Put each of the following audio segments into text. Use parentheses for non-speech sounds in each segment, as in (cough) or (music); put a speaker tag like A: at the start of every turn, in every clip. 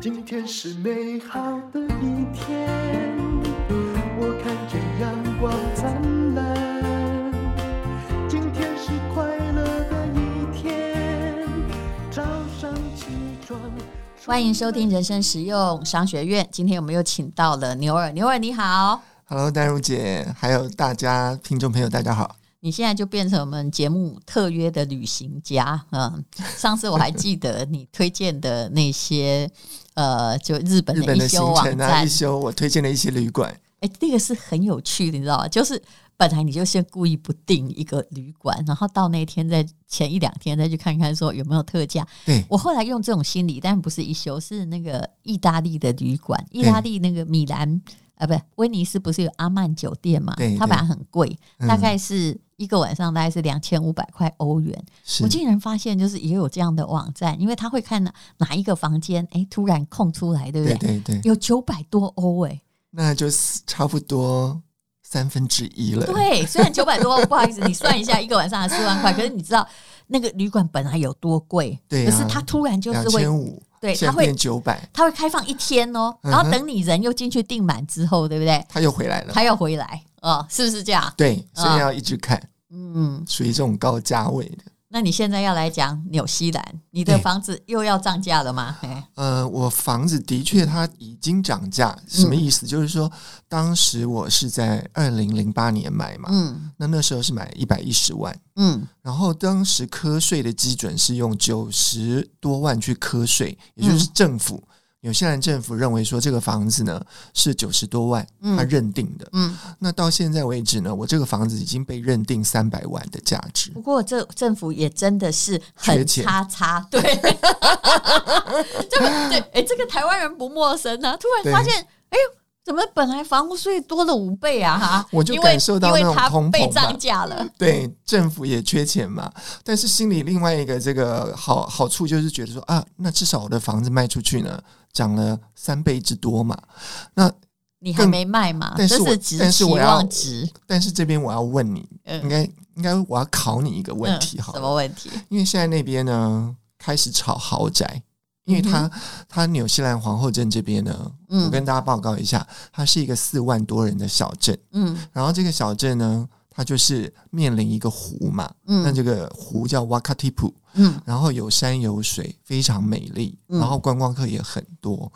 A: 今天是美好的一天，我看见阳光灿烂。今天是快乐的一天，早上起床。
B: 欢迎收听人生实用商学院。今天我们又请到了牛儿，牛儿你好，
C: Hello，戴茹姐，还有大家听众朋友，大家好。
B: 你现在就变成我们节目特约的旅行家。嗯，上次我还记得你推荐的那些呃，就日本
C: 日
B: 的
C: 本
B: 一
C: 的
B: 休
C: 行
B: 网
C: 程啊，
B: 站
C: 一，休，我推荐了一些旅馆，
B: 哎、那个是很有趣的，你知道吗？就是本来你就先故意不定一个旅馆，然后到那天再前一两天再去看看说有没有特价。
C: 对
B: 我后来用这种心理，但不是一休，是那个意大利的旅馆，意大利那个米兰。啊，不，威尼斯不是有阿曼酒店嘛
C: 对？
B: 它
C: 对
B: 本来很贵，
C: 嗯
B: 大概是一个晚上大概是两千五百块欧元。
C: 是
B: 我竟然发现，就是也有这样的网站，因为他会看哪哪一个房间，哎、突然空出来，对不
C: 对
B: 对？
C: 对对，
B: 有九百多欧、哎诶。
C: 那就是差不多三分之一了。
B: 对，虽然九百多，不好意思，你算一下一个晚上四万块，可是你知道那个旅馆本来有多贵，
C: 对啊
B: 可是它突然就是
C: 两
B: 会，
C: 千五，
B: 对
C: 现
B: 它
C: 在
B: 会
C: 变九百，
B: 它会开放一天哦，然
C: 嗯
B: 后
C: 哼
B: 等你人又进去订满之后，对不对？
C: 他又回来了。
B: 它要回来哦，是不是这样？
C: 对，所
B: 啊
C: 以要一直看，
B: 嗯，
C: 属于这种高价位的。
B: 那你现在要来讲纽西兰，你的
C: 对
B: 房子又要涨价了吗？哎
C: 呃，我房子的确它已经涨价，什
B: 嗯
C: 么意思？就是说，当时我是在二零零八年买嘛，
B: 嗯
C: 那那时候是买一百一十万。
B: 嗯
C: 然后当时科税的基准是用九十多万去科税，也就是
B: 嗯
C: 政府、纽西兰政府认为说这个房子呢是九十多万，
B: 嗯
C: 他认定的。
B: 嗯。
C: 那到现在为止呢，我这个房子已经被认定三百万的价值
B: 不。过这政府也真的是很
C: 缺钱
B: 叉叉，
C: (laughs)
B: 对，这个对，哎、这个台湾人不陌生啊。突然发现，哎呦，怎么本来房屋税多了五倍啊？哈，
C: 我就
B: 因为
C: 感受到
B: 因为
C: 那种
B: 它
C: 通
B: 被
C: 膨吧
B: 涨价了。
C: 对，政府也缺钱嘛，但是心里另外一个这个好好处就是觉得说啊，那至少我的房子卖出去呢，涨了三倍之多嘛。
B: 你还没卖嘛？
C: 但是
B: 这
C: 我
B: 是只
C: 但
B: 期
C: 是我要
B: 望值。
C: 但是这边我要问你，应
B: 嗯，
C: 该应该我要考你一个问题
B: 嗯
C: 好了
B: 什么问题？
C: 因为现在那边呢开始炒豪宅，因为它、它纽西兰皇后镇这边呢，
B: 嗯
C: 我跟大家报告一下，它是一个四万多人的小镇，
B: 嗯
C: 然后这个小镇呢，它就是面临一个湖嘛，那
B: 嗯
C: 这个湖叫瓦卡蒂普，
B: 嗯
C: 然后有山有水，非常美丽，
B: 嗯
C: 然后观光客也很多，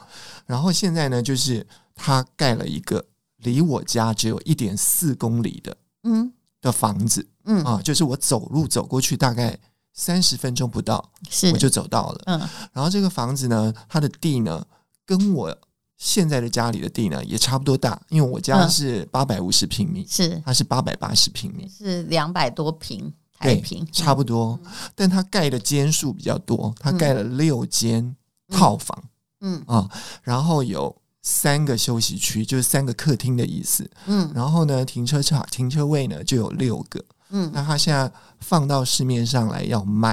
C: 然后现在呢，就是它盖了一个离我家只有一点四公里的
B: 嗯
C: 的房子
B: 嗯，
C: 啊，就是我走路走过去大概三十分钟不到。
B: 是
C: 我就走到了。
B: 嗯
C: 然后这个房子呢，它的地呢，跟我现在的家里的地呢也差不多大，因为我家
B: 嗯
C: 是八百五十平米，
B: 是
C: 它是八百八十平米，
B: 是两百多平台
C: 对
B: 平，
C: 差不多。
B: 嗯
C: 但它盖的间数比较多，它盖了六间套房
B: 嗯
C: 啊、然后有。三个休息区就是三个客厅的意思，
B: 嗯
C: 然后呢，停车场停车位呢就有六个。
B: 嗯，
C: 那它现在放到市面上来要卖，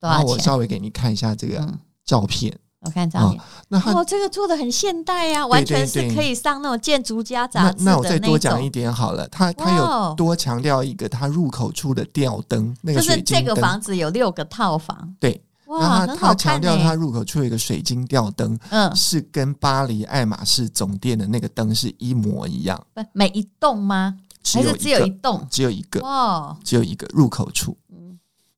B: 多
C: 然后
B: 少
C: 我
B: 钱？
C: 稍微给你看一下这个
B: 嗯，
C: 照片。
B: 我看照片。
C: 那它
B: 哦，这个做的很现代呀、完全是
C: 对
B: 可以上那种建筑家杂
C: 那
B: 志的
C: 那我再
B: 种
C: 多讲一点好了，它它
B: 哇哦
C: 有多强调一个它入口处的吊灯，那
B: 就
C: 个
B: 是
C: 水
B: 这
C: 晶
B: 个
C: 灯。
B: 房子有六个套房，
C: 对，然
B: 哇，
C: 后它
B: 很好
C: 它强
B: 看
C: 调它
B: 呢。
C: 入口处有一个水晶吊灯，
B: 嗯，
C: 是跟巴黎爱马仕总店的那个灯是一模一样，
B: 不，每一栋吗？
C: 只
B: 还
C: 有
B: 是
C: 一
B: 只有一
C: 个，
B: 栋？
C: 只有一个，
B: 哇，嗯
C: 只有一个入口处。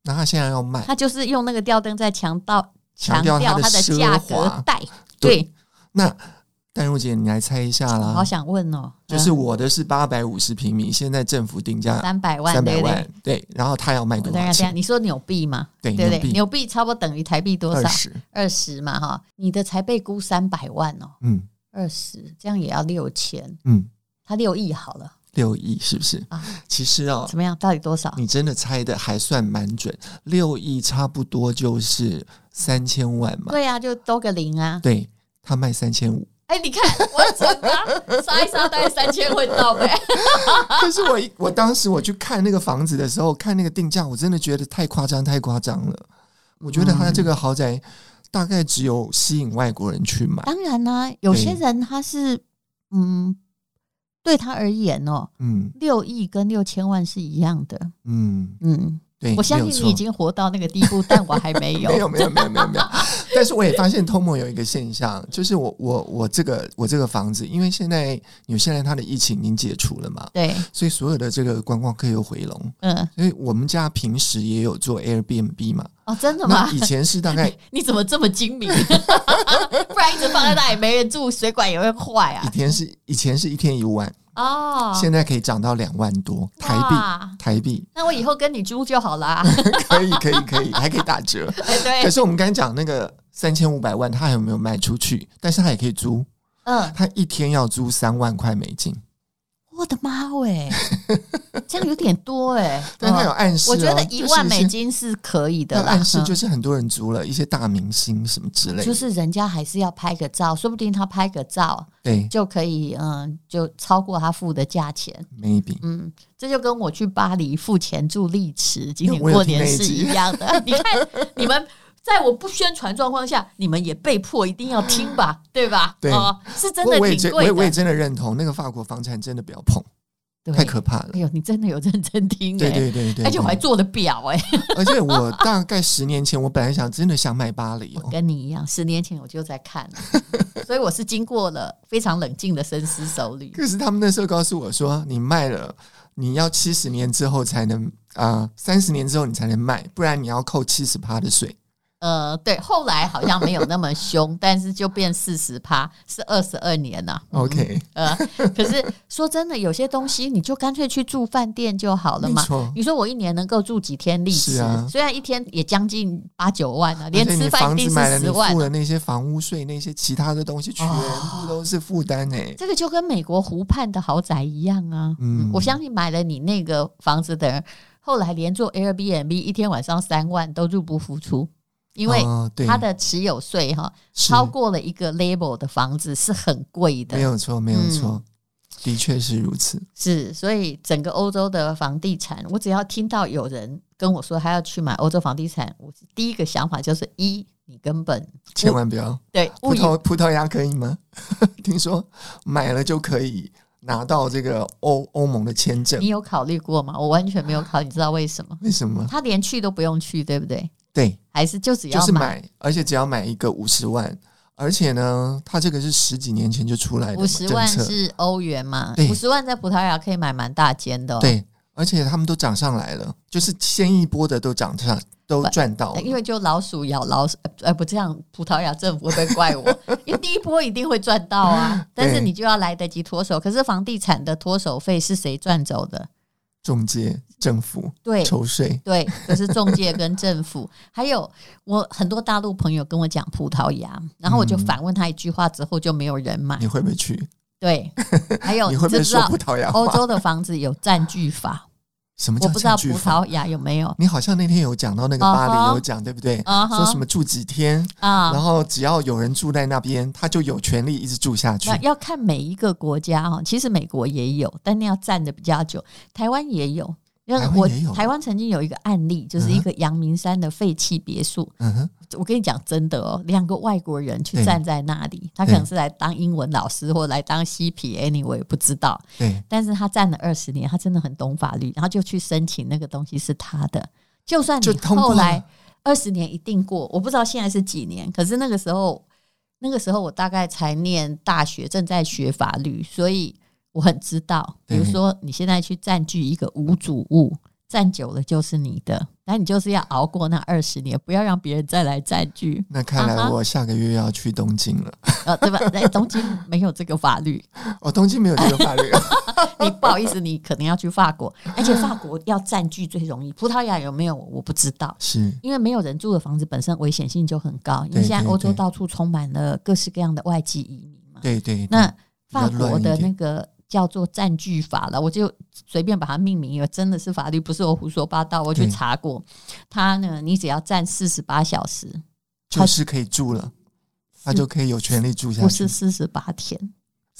C: 那它现在要卖，
B: 它就是用那个吊灯在强调
C: 强调
B: 调
C: 它的
B: 它的
C: 奢
B: 价
C: 华
B: 格带。
C: 对
B: 对，
C: 那淡如姐你来猜一下
B: 我好
C: 啦，
B: 想问哦，
C: 就是我的是八百五十平米，现在政府定价
B: 三百万，
C: 三
B: 对
C: 百
B: 不对？
C: 万，对，然后它要卖
B: 我
C: 多
B: 等一下等一
C: 少
B: 下，
C: 钱？
B: 你说纽币嘛，
C: 对
B: 对不对？
C: 纽币
B: 纽币差不多等于台币多
C: 二
B: 少？
C: 十，
B: 二十嘛，哈，你的才被估三百万哦，
C: 嗯
B: 二十，这样也要六千，
C: 嗯。
B: 他六亿好了。
C: 六亿是不是？
B: 啊
C: 其实哦
B: 怎，么样？到底多少？
C: 你真的猜的还算蛮准，六亿差不多就是三千万嘛。
B: 对呀、就多个零啊。
C: 对，他卖三千五，
B: 哎，你看 (laughs) 我准啊，杀一杀大概三千会到
C: (laughs)
B: 呗。
C: 但是
B: (laughs)
C: 我一我当时我去看那个房子的时候，看那个定价，我真的觉得太夸张，太夸张了。我觉得他这个豪宅大概只有吸引外国人去买，
B: 当然啦、有些人他是嗯，对他而言哦，
C: 嗯
B: 六亿跟六千万是一样的。
C: 嗯，
B: 嗯，
C: 对，
B: 我相
C: 没有
B: 信
C: 错
B: 你已经活到那个地步，但我还没
C: (laughs)
B: 有。
C: 没有没有没有没
B: (laughs)
C: 有没有。但是我也发现通盟有一个现象，就是我我我这个我这个房子，因为现在纽西兰它的疫情已经解除了嘛，
B: 对，
C: 所以所有的这个观光客又回笼，
B: 嗯，
C: 所以我们家平时也有做 Airbnb 嘛。
B: 哦，真的吗
C: 那？以前是大
B: (laughs)
C: 概
B: 你怎么这么精明？ (laughs) 不然一直放在那里没人住，水管也会坏
C: 以
B: 啊。
C: 前是以前是一天一万，
B: 哦，
C: 现在可以涨到两万多台币，
B: 哇
C: 台币 (laughs)
B: 那我以后跟你租就好啦。
C: 可以可以可以，还可以打折。
B: 哎 (laughs)
C: 可
B: 对，
C: 是我们刚才讲那个三千五百万，它还有没有卖出去？但是它也可以租，
B: 嗯，
C: 它一天要租三万块美金，
B: 我的妈
C: (laughs)
B: 喂，这样有点多哎。
C: 但它有
B: 嗯
C: 暗示、哦，
B: 我觉得一万美
C: 就是
B: 金是可以
C: 一些。
B: 的
C: 有
B: 啦，
C: 暗示
B: 嗯
C: 就是很多人租了一些大明星什么之类的，
B: 就是人家还是要拍个照，说不定他拍个照
C: 对
B: 就可以，嗯，就超过他付的价钱。
C: ，maybe
B: 嗯，这就跟我去巴黎付钱住丽池，今年
C: 我有
B: 过
C: 听
B: 年
C: 那一
B: 是
C: 集
B: 一样的。 (laughs) 你看，你们在我不宣传状况下，你们也被迫一定要听吧，对吧？
C: 对
B: 哦，是真
C: 我
B: 的
C: 我也
B: 挺
C: 真我
B: 贵
C: 也我也
B: 的。
C: 真的认同，那个法国房产真的不要碰，
B: 对
C: 太可怕了
B: 哎。呦，你真的有认真听
C: 对
B: 哎、
C: 对对对，
B: 而且我还
C: 对
B: 做了表哎、
C: 而且我大概十年前，我本来想真的想买巴黎哦，
B: 跟你一样，十年前我就在看了，
C: (laughs)
B: 所以我是经过了非常冷静的深思熟虑。
C: 可是他们那时候告诉我说，你卖了，你要七十年之后才能啊，三、0十年之后你才能卖，不然你要扣七十趴的税。
B: 呃，对，后来好像没有那么凶，但是就变四十趴，是二十二年呐、
C: OK，
B: 呃，可是说真的，有些东西你就干脆去住饭店就好了
C: 没
B: 嘛。
C: 错。
B: 你说我一年能够住几天丽池？
C: 是啊
B: 虽然一天也将近八九万啊，连
C: 而且
B: 吃
C: 你
B: 饭
C: 房
B: 一
C: 子
B: 定
C: 买了，
B: 是
C: 你
B: 十万啊
C: 付。了那些房屋税，那些其他的东西，全部都是负担哎。
B: 这个就跟美国湖畔的豪宅一样啊。
C: 嗯
B: 嗯，我相信买了你那个房子的人，后来连做 Airbnb 一天晚上三万都入不敷出，因为
C: 哦对
B: 他的持有税哈、
C: 是
B: 超过了一个 label 的房子是很贵
C: 没
B: 的，
C: 有错，没有
B: 嗯
C: 错，的确是如此。
B: 是，所以整个欧洲的房地产，我只要听到有人跟我说他要去买欧洲房地产，我第一个想法就是一，你根本
C: 千万不要
B: 对
C: 葡
B: 物以
C: 萄葡萄牙可以吗？ (laughs) 听说买了就可以拿到这个欧欧盟的签证
B: 你，有考虑过吗？我完全没有考虑，你知道为什么？
C: 为什么？
B: 他连去都不用去，对不对？
C: 对，
B: 还是就只要
C: 就是买，而且只要买一个五十万，而且呢，它这个是十几年前就出来的嘛
B: 五十万
C: 政策，
B: 是欧元嘛？
C: 对
B: 五十万在葡萄牙可以买蛮大间的、哦，
C: 对，而且他们都涨上来了，就是先一波的都涨上，都赚到了
B: 对，因为就老鼠咬老鼠，呃呃，不这样，葡萄牙政府会不会怪我？ (laughs) 因为第一波一定会赚到
C: (laughs)
B: 啊，但是你就要来得及脱手。可是房地产的脱手费是谁赚走的？
C: 中介、政府
B: 对。
C: 抽税，
B: 对，就是中介跟政府，还有我很多大陆朋友跟我讲葡萄牙，然后我就
C: 嗯
B: 反问他一句话之后就没有人买。
C: 你会不会去？ (laughs)
B: 对，还有
C: 你会不
B: 知哦
C: 会
B: 不知
C: 说
B: 道
C: 葡萄牙
B: 欧
C: 话？
B: 洲的房子有占据法？
C: 什么
B: 我
C: 叫
B: 不知道
C: 占
B: 葡
C: 据法
B: 萄牙有没有
C: 你好像那天有讲到那个巴
B: 啊
C: 黎
B: 哈
C: 有讲对不对？
B: 啊哈
C: 说什么住几天，
B: 啊？
C: 然后只要有人住在那边，他就有权利一直住下去
B: 那。要看每一个国家哈，其实美国也有，但那要站的比较久。台湾也有，因为
C: 台湾
B: 我
C: 也有
B: 台湾曾经有一个案例，就是一个阳明山的废弃别墅。
C: 嗯哼，
B: 我跟你讲真的哦，两个外国人去
C: 对
B: 站在那里，他可
C: 对
B: 能是来当英文老师或来当 CPA，我也不知道。
C: 对，
B: 但是他站了二十年，他真的很懂法律，然后就去申请那个东西是他的，就算
C: 就
B: 你
C: 通过
B: 后来
C: 了
B: 二十年一定过，我不知道现在是几年，可是那个时候，那个时候我大概才念大学，正在学法律，所以我很知道，比如
C: 对
B: 说你现在去占据一个无主物。占久了就是你的，但你就是要熬过那二十年，不要让别人再来占据。
C: 那看
B: 啊
C: 来
B: 哈
C: 我下个月要去东京了。
B: 呃，对吧？在东京没有这个法律，
C: 哦，东京没有这个
B: (laughs)
C: 法律。
B: 你不好意思，你可能要去法国，而且法国要占据最容易。葡萄牙有没有我不知道，
C: 是，
B: 因为没有人住的房子本身危险性就很高，因为
C: 对
B: 现在
C: 对
B: 欧洲
C: 对
B: 到处充满了各式各样的外籍移民嘛。
C: 对对，
B: 那
C: 较
B: 法国
C: 乱一
B: 的那
C: 点
B: 个叫做占据法了，我就随便把它命名，因为真的是法律，不是我胡说八道。我去
C: 对
B: 查过，它呢，你只要站四十八小时，
C: 对就是可以住了，他就可以有权利住下
B: 不是
C: 去。
B: 四十八天。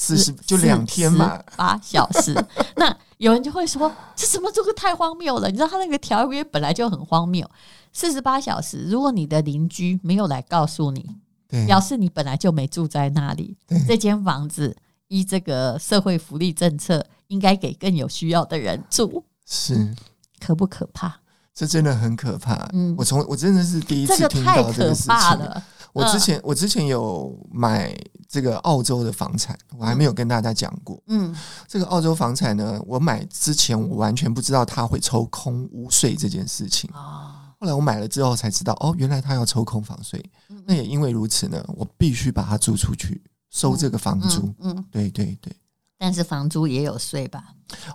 C: 四十就两天嘛，，
B: 八小时。那有人就会说，这什么这个太荒谬了？你知道他那个条约本来就很荒谬，四十八小时。如果你的邻居没有来告诉你，
C: 对，
B: 表示你本来就没住在那里
C: 对，
B: 这间房子依这个社会福利政策应该给更有需要的人住，
C: 是
B: 可不可怕？
C: 这真的很可怕。
B: 嗯
C: 我从我真的是第一次
B: 这个
C: 听
B: 太
C: 到这
B: 可
C: 个事
B: 怕
C: 情。
B: 了。
C: 我之
B: 嗯
C: 前我之前有买这个澳洲的房产，我还没有跟大家讲过。
B: 嗯
C: 这个澳洲房产呢，我买之前我完全不知道它会抽空屋税这件事情。
B: 啊，
C: 后来我买了之后才知道，哦，原来他要抽空房税。
B: 嗯
C: 那也因为如此呢，我必须把它租出去，收这个房租。
B: 嗯嗯，
C: 对对对，
B: 但是房租也有税吧？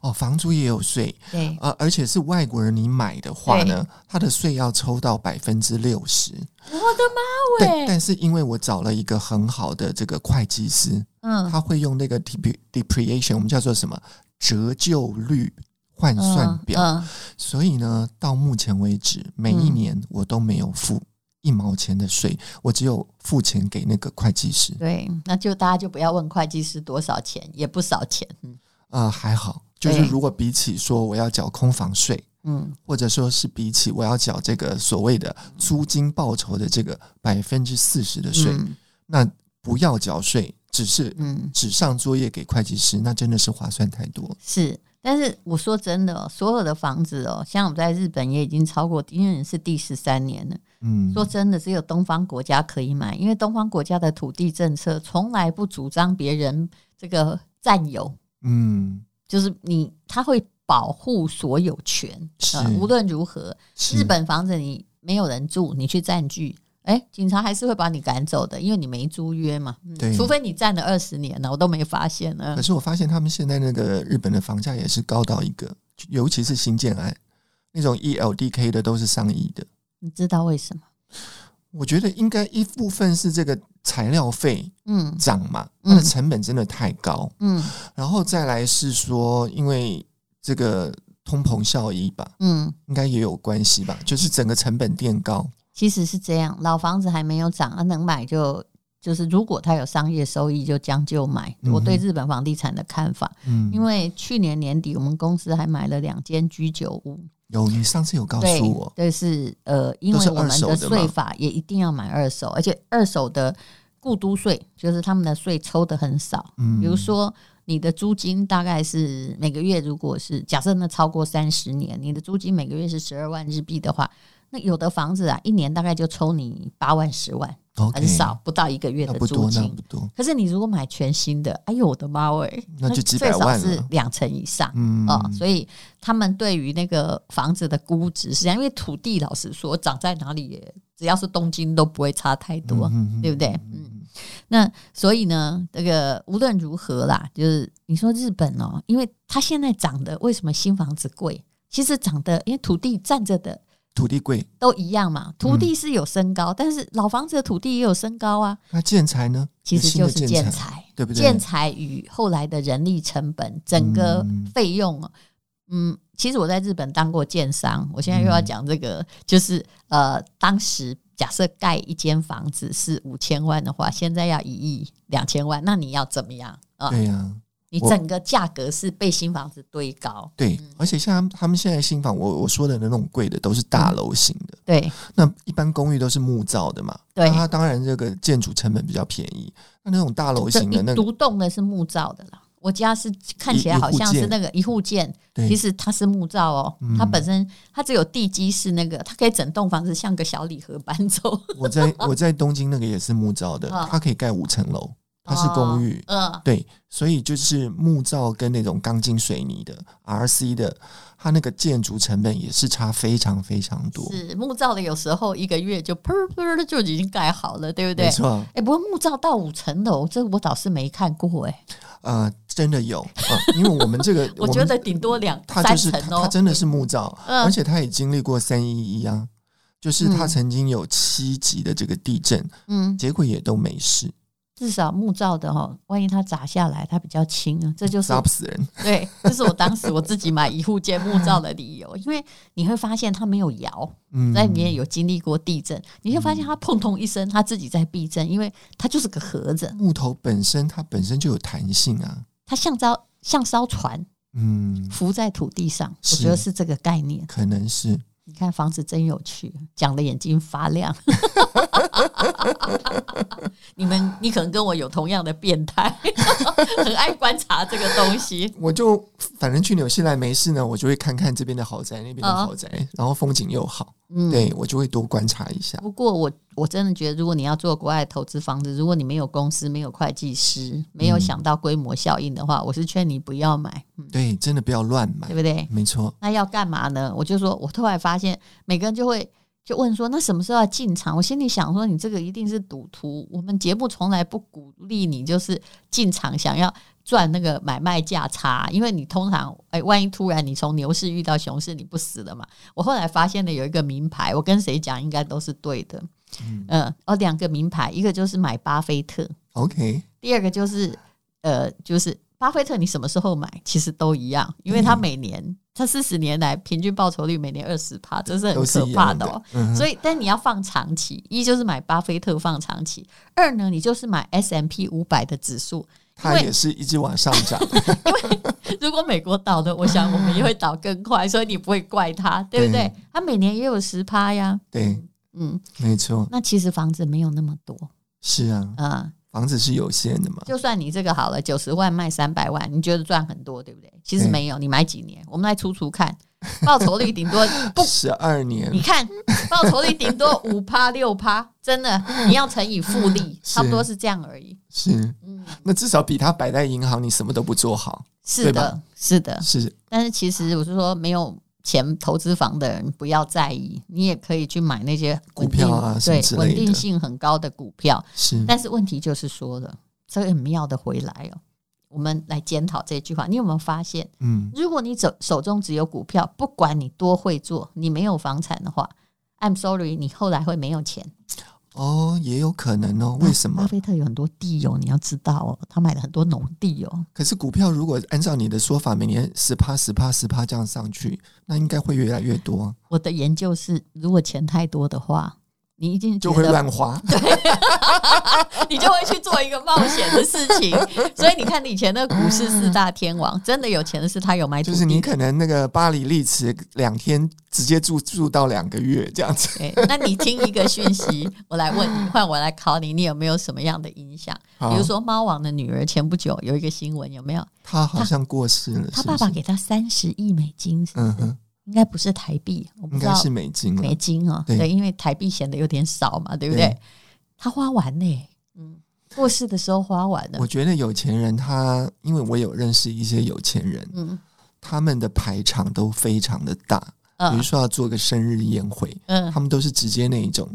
C: 哦，房租也有税
B: 对，
C: 啊、呃而且是外国人你买的话呢，他的税要抽到百分之六十。
B: 我的妈
C: 但
B: 喂，
C: 但是因为我找了一个很好的这个会计师，
B: 嗯
C: 他会用那个 dep- depreciation，我们叫做什么折旧率换算表，
B: 嗯
C: 所以呢，到目前为止，每一年我都没有付一毛钱的税，我只有付钱给那个会计师。
B: 对，那就大家就不要问会计师多少钱，也不少钱。嗯
C: 啊、还好，就是
B: 对
C: 如果比起说我要缴空房税，
B: 嗯，
C: 或者说是比起我要缴这个所谓的租金报酬的这个百分之四十的税，
B: 嗯
C: 那不要缴税，只是
B: 嗯
C: 纸上作业给会计师，那真的是划算太多。
B: 是。但是我说真的、哦，所有的房子哦，像我们在日本也已经超过，因为是第十三年了。
C: 嗯，
B: 说真的，只有东方国家可以买，因为东方国家的土地政策从来不主张别人这个占有，
C: 嗯，
B: 就是你他会保护所有权，
C: 是
B: 呃无论如何，
C: 是
B: 日本房子你没有人住，你去占据，哎、警察还是会把你赶走的，因为你没租约嘛。嗯
C: 对
B: 除非你占了二十年了，我都没发现呢
C: 可。是我发现他们现在那个日本的房价也是高到一个，尤其是新建案那种 E ELDK 的都是上亿的。
B: 你知道为什么？
C: 我觉得应该一部分是这个材料费
B: 嗯
C: 涨嘛，
B: 嗯
C: 它的成本真的太高，
B: 嗯
C: 然后再来是说因为这个通膨效益吧，
B: 嗯，
C: 应该也有关系吧，就是整个成本垫高。
B: 其实是这样，老房子还没有涨，啊，能买就就是如果它有商业收益，就将就买。
C: 嗯哼
B: 我对日本房地产的看法，
C: 嗯，
B: 因为去年年底我们公司还买了两间居酒屋，
C: 有你上次有告
B: 对
C: 诉哦我，，
B: 对是呃，因
C: 都
B: 为
C: 是
B: 我
C: 二
B: 们
C: 手
B: 的
C: 的嘛
B: 税法也一定要买二手，而且二手的固都税就是他们的税抽的很少，
C: 嗯
B: 比如说。你的租金大概是每个月，如果是假设那超过三十年，你的租金每个月是十二万日币的话，那有的房子啊，一年大概就抽你八万、十万，
C: OK，
B: 很少，不到一个月
C: 那
B: 的
C: 不
B: 租
C: 多，那
B: 金
C: 不。多，
B: 可是你如果买全新的，哎呦我的妈喂，
C: 那就几
B: 最
C: 百
B: 少
C: 万
B: 是
C: 了。
B: 两成以上。
C: 嗯
B: 哦，所以他们对于那个房子的估值，实际上因为土地，老实说，涨在哪里也，只要是东京都不会差太多，
C: 嗯嗯嗯
B: 对不对？嗯，那所以呢，这个无论如何啦，就是你说日本哦，因为它现在涨的，为什么新房子贵？其实涨的，因为土地占着的
C: 土地贵，
B: 都一样嘛，土地是有升高，但是老房子的土地也有升高啊。
C: 那建材呢？
B: 其实就
C: 有新
B: 是
C: 的
B: 建
C: 建，
B: 材，
C: 对不对
B: 建材与后来的人力成本，整个费用哦，嗯，其实我在日本当过建商，我现在又要讲这个，就是呃，当时假设盖一间房子是五千万的话，现在要一亿两千万，那你要怎么样啊？
C: 对呀、
B: 你
C: 我
B: 整个价格是被新房子堆高，
C: 对，而且像他们现在新房，我我说的那种贵的都是大楼型的，
B: 对
C: 那一般公寓都是木造的嘛，
B: 嗯对
C: 那它当然这个建筑成本比较便宜。那那种大楼
B: 这
C: 型的
B: 一
C: 那个，
B: 独栋的是木造的啦。我家是看起来好像是那个一户建，
C: 对
B: 其实它是木造哦，
C: 嗯
B: 它本身它只有地基是那个，它可以整栋房子像个小礼盒搬走。 (laughs)
C: 我在我在东京那个也是木造的
B: 啊，
C: 它可以盖五层楼，它是公寓，
B: 哦，
C: 对，所以就是木造跟那种钢筋水泥的 RC 的，它那个建筑成本也是差非常非常多
B: 嗯，，是木造的，有时候一个月就噗噗就已经盖好了，对不对
C: 没？错，
B: 哎，不过木造到五层楼，这我倒是没看过哎，
C: 呃，真的有，
B: (laughs)
C: 呃、因为我们这个
B: 我
C: 们
B: 觉得顶多两
C: 他
B: 三
C: 就是
B: 层
C: 他，
B: 哦，
C: 他真的是木造，
B: 嗯
C: 而且他也经历过三一一啊，就是他
B: 嗯
C: 曾经有七级的这个地震，
B: 嗯，
C: 结果也都没事，
B: 至少木造的哦，万一它砸下来，它比较轻啊，这就是
C: 砸不死人。
B: (laughs) 对，这是我当时我自己买一户建木造的理由，因为你会发现它没有摇，
C: 嗯，
B: 在里面有经历过地震，你会发现它砰通一声，它自己在避震，因为它就是个盒子，
C: 木头本身它本身就有弹性啊，
B: 它像艘像艘船
C: 嗯，
B: 浮在土地上，我
C: 是
B: 觉得是这个概念。
C: 可能是
B: 你看房子 (laughs) 真有趣，讲的眼睛发亮。你们你可能跟我有同样的变态， (laughs) 很爱观察这个东西。
C: 我就反正去纽西兰没事呢，我就会看看这边的豪宅，那边的
B: 啊
C: 豪宅，然后风景又好，
B: 嗯，
C: 对我就会多观察一下。
B: 不过我我真的觉得，如果你要做国外投资房子，如果你没有公司、没有会计师、没有想到规模效应的话，我是劝你不要买，
C: 对，真的不要乱买
B: 对，不对？
C: 没错，
B: 那要干嘛呢？我就说，我突然发现每个人就会就问说，那什么时候要进场？我心里想说，你这个一定是赌徒。我们节目从来不鼓励你就是进场想要赚那个买卖价差，因为你通常哎，万一突然你从牛市遇到熊市，你不死了嘛？我后来发现了有一个名牌，我跟谁讲应该都是对的。嗯，哦，两个名牌，一个就是买巴菲特，
C: ，OK，
B: 第二个就是呃，就是巴菲特，你什么时候买其实都一样，因为
C: 嗯
B: 他每年他四十年来平均报酬率每年二十趴，这是很
C: 都是
B: 可
C: 一
B: 怕
C: 样
B: 的
C: 的
B: 哦。。
C: 嗯哼
B: 所以，但你要放长期，一就是买巴菲特放长期，二呢，你就是买 S M P 五百的指数。 (laughs)
C: 它也是一直往上涨，
B: 如果美国倒的，我想我们也会倒更
C: (laughs)
B: 快，所以你不会怪他，对不对
C: 对？
B: 他每年也有十趴呀，
C: 对，
B: 嗯，
C: 没错，
B: 那其实房子没有那么多
C: 是啊，
B: 啊、
C: 房子是有限的嘛，
B: 就算你这个好了，九十万卖三百万，你觉得赚很多，对不对？其
C: 嗯
B: 实没有，你买几年？我们来除除看，报酬率顶
C: (laughs)
B: 多不，嗯
C: 十二年
B: 你看报酬率顶多五趴六趴，真的，你要乘以复利，
C: 是
B: 差不多是这样而已。
C: 是，
B: 嗯，
C: 那至少比它摆在银行，你什么都不做好，
B: 是
C: 对
B: 的
C: 吧，
B: 是的。
C: 是
B: 但是其实我是说，没有钱投资房的人不要在意，你也可以去买那些
C: 股
B: 稳定
C: 票啊什么
B: 对
C: 之类的
B: 稳
C: 嗯
B: 定性很高的股票。
C: 是，
B: 但是问题就是说了，这个很妙的回来哦。我们来检讨这句话，你有没有发现？
C: 嗯，
B: 如果你手手中只有股票，不管你多会做，你没有房产的话，I'm sorry，你后来会没有钱。
C: 哦，也有可能哦，为什
B: 巴
C: 么？
B: 菲特有很多地哦，你要知道哦，他买了很多农地哦。
C: 可是股票如果按照你的说法，每年十趴、十趴、十趴这样上去，那应该会越来越多，啊
B: 我的研究是，如果钱太多的话，你一定觉
C: 就会
B: 得
C: 乱花。
B: (laughs) 你就会去做一个冒险的事情。所以你看，以前的股
C: (laughs)
B: 市四大天王，真的有钱的是他有买土
C: 就是
B: 地
C: 你可能那个巴黎丽池两天直接住住到两个月这样子。
B: 对，哎那你听一个讯息，我来问你，换我来考你，你有没有什么样的影响？(laughs)
C: 好
B: 比如说，猫王的女儿前不久有一个新闻，有没有？
C: 他好像过世了，
B: 他
C: 是
B: 爸
C: 不
B: 爸
C: 是？
B: 给他三十亿美金，是不
C: 嗯
B: 是？
C: 哼，
B: 应该不是台币，我不
C: 应
B: 知
C: 该
B: 道
C: 是美金
B: 美
C: 了。
B: 金哦。
C: 对
B: 对，因为台币显得有点少嘛，对不
C: 对
B: 对？他花完嘞，嗯，过世的时候花完了
C: 我，觉得有钱人他，因为我有认识一些有钱人，
B: 嗯
C: 他们的排场都非常的大，比如
B: 嗯
C: 说要做个生日宴会，
B: 嗯
C: 他们都是直接那一种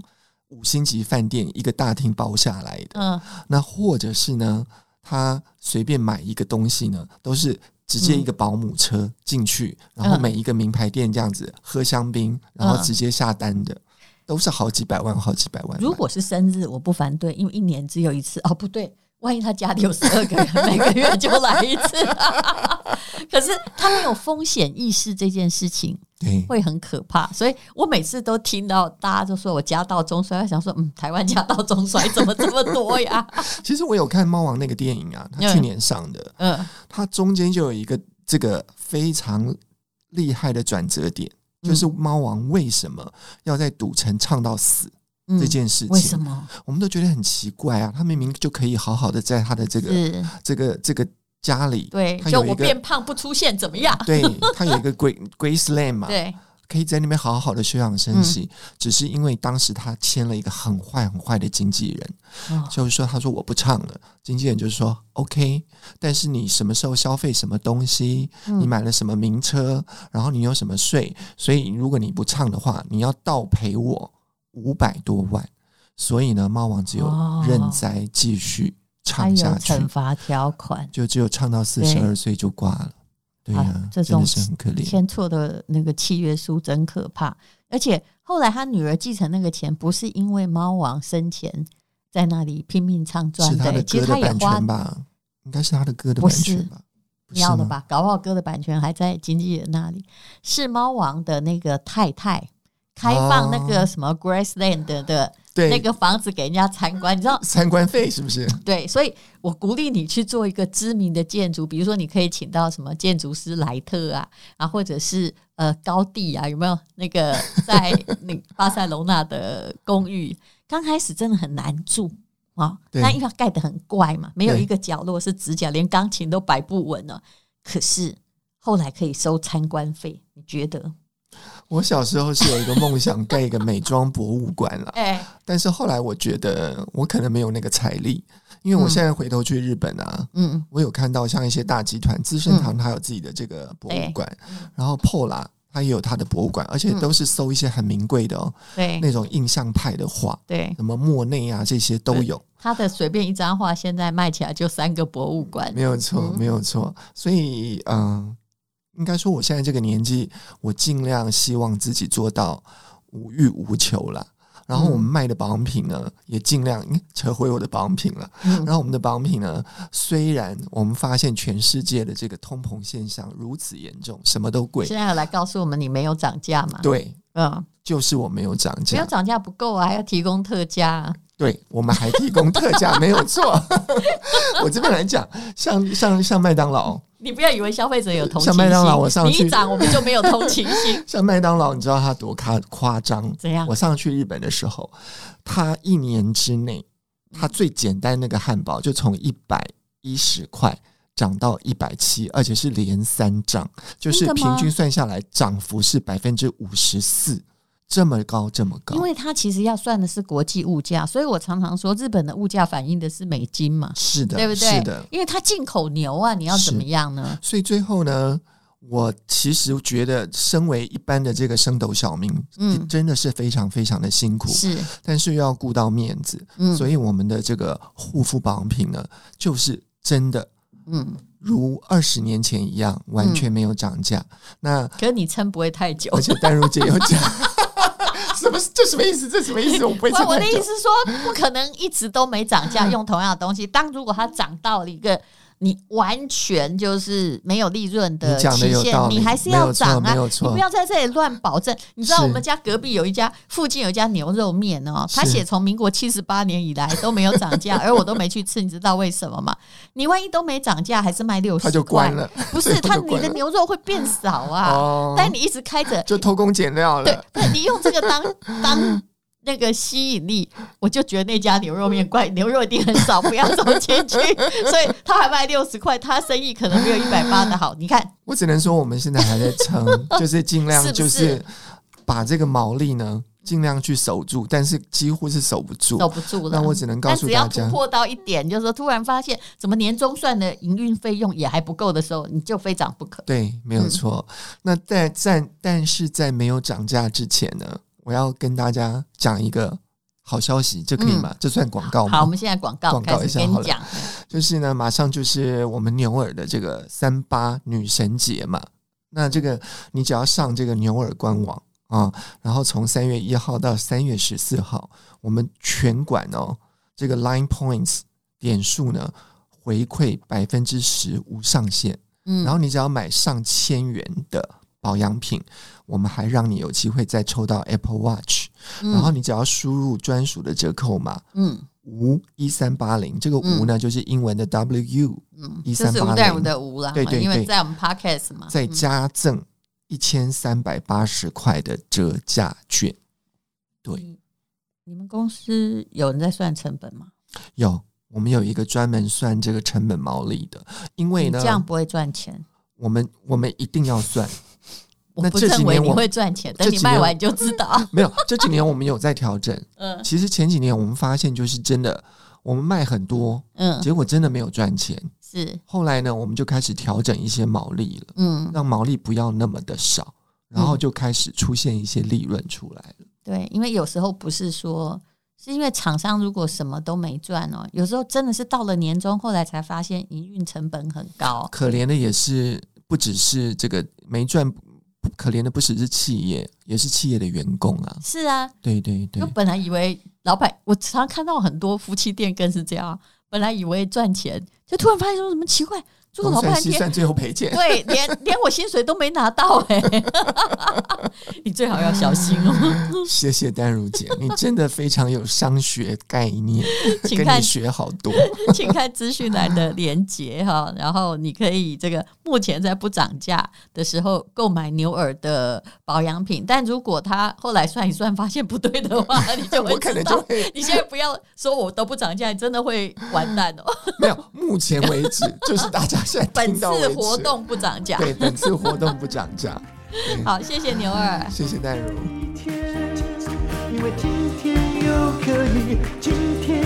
C: 五星级饭店一个大厅包下来的。
B: 嗯，
C: 那或者是呢，他随便买一个东西呢，都是直
B: 嗯
C: 接一个保姆车进去，然后每一个名牌店这样子喝香槟，然
B: 嗯
C: 后直接下单的，都是好几百万、好几百万买。
B: 如果是生日，我不反对，因为一年只有一次。哦，不对，万一他家里有十二个人，每个月就来一次。 (laughs) 可是他没有风险意识这件事情
C: 对
B: 会很可怕，所以我每次都听到大家就说我家道中衰，我想说嗯，台湾家道中衰怎么这么多呀？
C: 其实我有看《猫王》那个电影啊，他
B: 嗯
C: 去年上的，
B: 嗯
C: 它中间就有一个这个非常厉害的转折点，
B: 嗯
C: 就是猫王为什么要在赌城唱到死
B: 嗯
C: 这件事情。
B: 为什么
C: 我们都觉得很奇怪啊？他明明就可以好好的在他的这个
B: 是？
C: 这个这个家里，
B: 对，
C: 他
B: 就
C: 有一
B: 我
C: 个
B: 变胖不出现怎么样？
C: (laughs) 对他有一个 Grace Grace Land 嘛，
B: 对，嗯
C: 可以在那边好好的休养生息，只是因为当时他签了一个很坏很坏的经纪人，
B: 哦
C: 就是说他说我不唱了，经纪人就说 OK，但是你什么时候消费什么东西，
B: 嗯
C: 你买了什么名车，然后你有什么税，所以如果你不唱的话，你要倒赔我五百多万。所以呢，猫王只有
B: 哦
C: 认栽继续
B: 他
C: 唱
B: 有
C: 下去，
B: 惩罚条款。
C: 就只有唱到四十二岁就挂了。对呀、
B: 啊这
C: 真
B: 种
C: 的是很可怜。
B: 签错的那个契约书真可怕。而且后来他女儿继承那个钱，不是因为猫王生前在那里拼命唱赚
C: 是他
B: 的，
C: 的
B: 其
C: 歌
B: 实他
C: 的
B: 也
C: 版
B: 花
C: 权吧？应该是他的歌的
B: 不
C: 版
B: 是
C: 权吧？不是
B: 掉了
C: 吗？
B: 吧？搞不好歌的版权还在经纪人那里。是猫王的那个太太开放那个什么 Graceland 的的
C: 哦对，
B: 那个房子给人家参观，你知道？
C: 参观费是不 (laughs) 是？
B: 对，所以我鼓励你去做一个知名的建筑，比如说你可以请到什么建筑师莱特啊，啊，或者是呃高地啊，有没有那个在那巴塞罗那的公寓？刚开始真的很难住啊，
C: 对
B: 那因为它盖得很怪嘛，没有
C: 对
B: 一个角落是直角，连钢琴都摆不稳了。可是后来可以收参观费，你觉得？
C: 我小时候是有一个梦想，盖一个美妆博物馆啦。 (laughs)
B: 哎、
C: 但是后来我觉得我可能没有那个财力，因为我
B: 嗯
C: 现在回头去日本啊，
B: 嗯，
C: 我有看到像一些大集团，资生堂它有自己的这个博物馆，
B: 嗯
C: 然后 Pola 它也有它的博物馆，而且都是搜一些很名贵的哦，
B: 对
C: 那种印象派的画，
B: 对，
C: 什么莫内啊这些都有，
B: 他的随便一张画现在卖起来就三个博物馆
C: 没。有错，
B: 嗯
C: 没有错。所以嗯、应该说我现在这个年纪，我尽量希望自己做到无欲无求啦。然后
B: 嗯
C: 我们卖的保养品呢，也尽量 (laughs) 嗯扯回我的保养品了。
B: 嗯
C: 然后我们的保养品呢，虽然我们发现全世界的这个通膨现象如此严重，什么都贵
B: 现，在有来告诉我们你没有涨价嘛？，
C: 对，
B: 嗯，
C: 就是我没有涨
B: 没有
C: 价，
B: 涨价不够啊，还要提供特价啊、
C: 对我们还提供特价，没有错。 (laughs) 我这边来讲，像像像麦当劳，
B: 你不要以为消费者有同情
C: 像
B: 心，
C: 麦当劳我上
B: 你
C: 去，
B: 一涨我 (laughs) 们就没有同情心 (laughs)
C: 像麦当劳，你知道它多夸夸张？
B: 怎样
C: 我？上去日本的时候，它一年之内，它
B: 嗯
C: 最简单那个汉堡就从一百一十块涨到一百七，而且是连三涨，就是
B: 真的吗
C: 平均算下来涨幅是百分之五十四，这么高，这么高
B: 因。为它其实要算的是国际物价，所以我常常说日本的物价反映的是啊美金嘛，
C: 是的，
B: 对不对？
C: 是的。
B: 因为它进口牛啊，你要怎么样呢？
C: 所以最后呢，我其实觉得，身为一般的这个升斗小民，
B: 嗯
C: 真的是非常非常的辛苦，
B: 是，
C: 但是又要顾到面子，
B: 嗯，
C: 所以我们的这个护肤保养品呢，就是真的
B: 嗯，
C: 如二十年前一样，完全没有涨价。那
B: 可是你撑不会太久
C: 而。且淡如姐有讲， (laughs) 什么？这什么意思？这什么意思？我不会
B: 我
C: 这
B: 我
C: 么
B: 的意
C: 讲。
B: 思是说，不可能一直都没涨
C: (laughs)
B: 价，用同样的东西。当如果它涨到了一个你完全就是没有利润的
C: 你讲的
B: 期
C: 有道
B: 限，
C: 理，
B: 你还是要涨
C: 没
B: 啊！
C: 有
B: 你
C: 错，
B: 不
C: 没有
B: 要
C: 错。
B: 在这里乱保证。你知道
C: 是
B: 我们家隔壁有一家，附近有一家牛肉面哦，
C: 是
B: 他写从民国七十八年以来都没有涨价，而我都没去吃，你知道为什
C: (laughs)
B: 么吗？你万一都没涨价，还是卖六十，
C: 他就关。了
B: 不
C: 对 (laughs)
B: 是，
C: 他
B: 他
C: 就
B: 你
C: 关了
B: 的牛肉会变少啊，
C: 哦，
B: 但你一直开着，
C: 就偷工减
B: (laughs)
C: 料
B: 对
C: 了。，
B: 但你用这个
C: (laughs)
B: 当当那个吸引力，我就觉得那家牛肉面怪牛肉一定很少，不要走进去。所以他还卖六十块，他生意可能没有一百八的好。你看，
C: 我只能说，我们现在还在 (laughs) 撑，就是尽量
B: 是不
C: 就是是把这个毛利呢，尽量去守住，但是几乎是守不住。
B: 守不住了
C: 那。我只能告
B: 但
C: 诉
B: 只要
C: 大
B: 突
C: 家，
B: 破到一点，就是说突然发现怎么年终算的营运费用也还不够的时候，你就非涨不可。
C: 对，没有
B: 嗯
C: 错。那在在但是在没有涨价之前呢，我要跟大家讲一个好消息，这可以吗？这算广告
B: 嗯好，我
C: 吗？
B: 们现在广告
C: 广告
B: 开
C: 一
B: 始
C: 下
B: 跟
C: 好
B: 你
C: 了
B: 讲，
C: 就是呢，马上就是我们牛耳的这个三八女神节嘛。那这个你只要上这个牛耳官网啊，然后从三月一号到三月十四号，我们全馆哦，这个 Line Points 点数呢回馈百分之十无上限。
B: 嗯，
C: 然后你只要买上千元的保养品，我们还让你有机会再抽到 Apple Watch。然后
B: 嗯
C: 你只要输入专属的折扣码
B: 嗯
C: 五一三八零，这个
B: 嗯
C: 五呢、就是英文的 W，
B: 嗯，
C: 1380
B: 这是吴淡如的吴啦，
C: 对对
B: 因为
C: 对
B: 在我们 podcast 嘛，
C: 再
B: 嗯
C: 加赠一千三百八十块的折价券。对，
B: 你们公司有人在算成本吗？
C: 有我们有一个专门算这个成本毛利的，因为
B: 你
C: 呢
B: 这，样不会赚钱。
C: 我们我们一定要算。
B: 我
C: 那
B: 不
C: 这
B: 认
C: 几
B: 为
C: 年
B: 你
C: 我
B: 会赚钱，等
C: 这
B: 你
C: 几
B: 卖
C: 年
B: 完你就知道。
C: (laughs) 没有，这几年我们有在调整。
B: 嗯
C: 其实前几年我们发现，就是真的，我们卖很多，
B: 嗯，
C: 结果真的没有赚钱。
B: 是
C: 后来呢，我们就开始调整一些毛利了，
B: 嗯，
C: 让毛利不要那么的少，然后就开始出现一些利润出来了。
B: 对，因为有时候不是说，是因为厂商如果什么都没赚哦，有时候真的是到了年终，后来才发现营运成本很高。
C: 可怜的也是，不只是这个没赚，不可怜的不只是企业，也是企业的员工啊。
B: 是啊，
C: 对对对
B: 就，本来以为老板，我常看到很多夫妻店更是这样啊，本来以为赚钱，就突然发现说什么奇怪，这个老
C: 算
B: 半
C: 西
B: 天
C: 算，最后赔钱。
B: 对，连连我薪水都没拿到哎、 (laughs) 你最好要小心哦，
C: (laughs) 谢谢丹如姐，你真的非常有商学概念，
B: (laughs) 请
C: 跟
B: 看
C: 你学好
B: (laughs)
C: 多。
B: 请看资讯栏的连接哈，然后你可以这个目前在不涨价的时候购买牛耳的保养品，但如果它后来算一算发现不对的
C: (laughs)
B: 话，你就会
C: 我可
B: 知
C: 能就
B: 道。
C: 会
B: 你现在不要说我都不涨价，你真的会完蛋哦。
C: 没有，目前为止就是大家现在
B: (laughs) 本
C: (laughs) 听到为
B: 次
C: 止。
B: 活动不涨价，
C: 对，本次活动不涨价。
B: 好，谢谢牛耳。
C: 谢谢淡如。
A: 一天，因为今天又可以，今天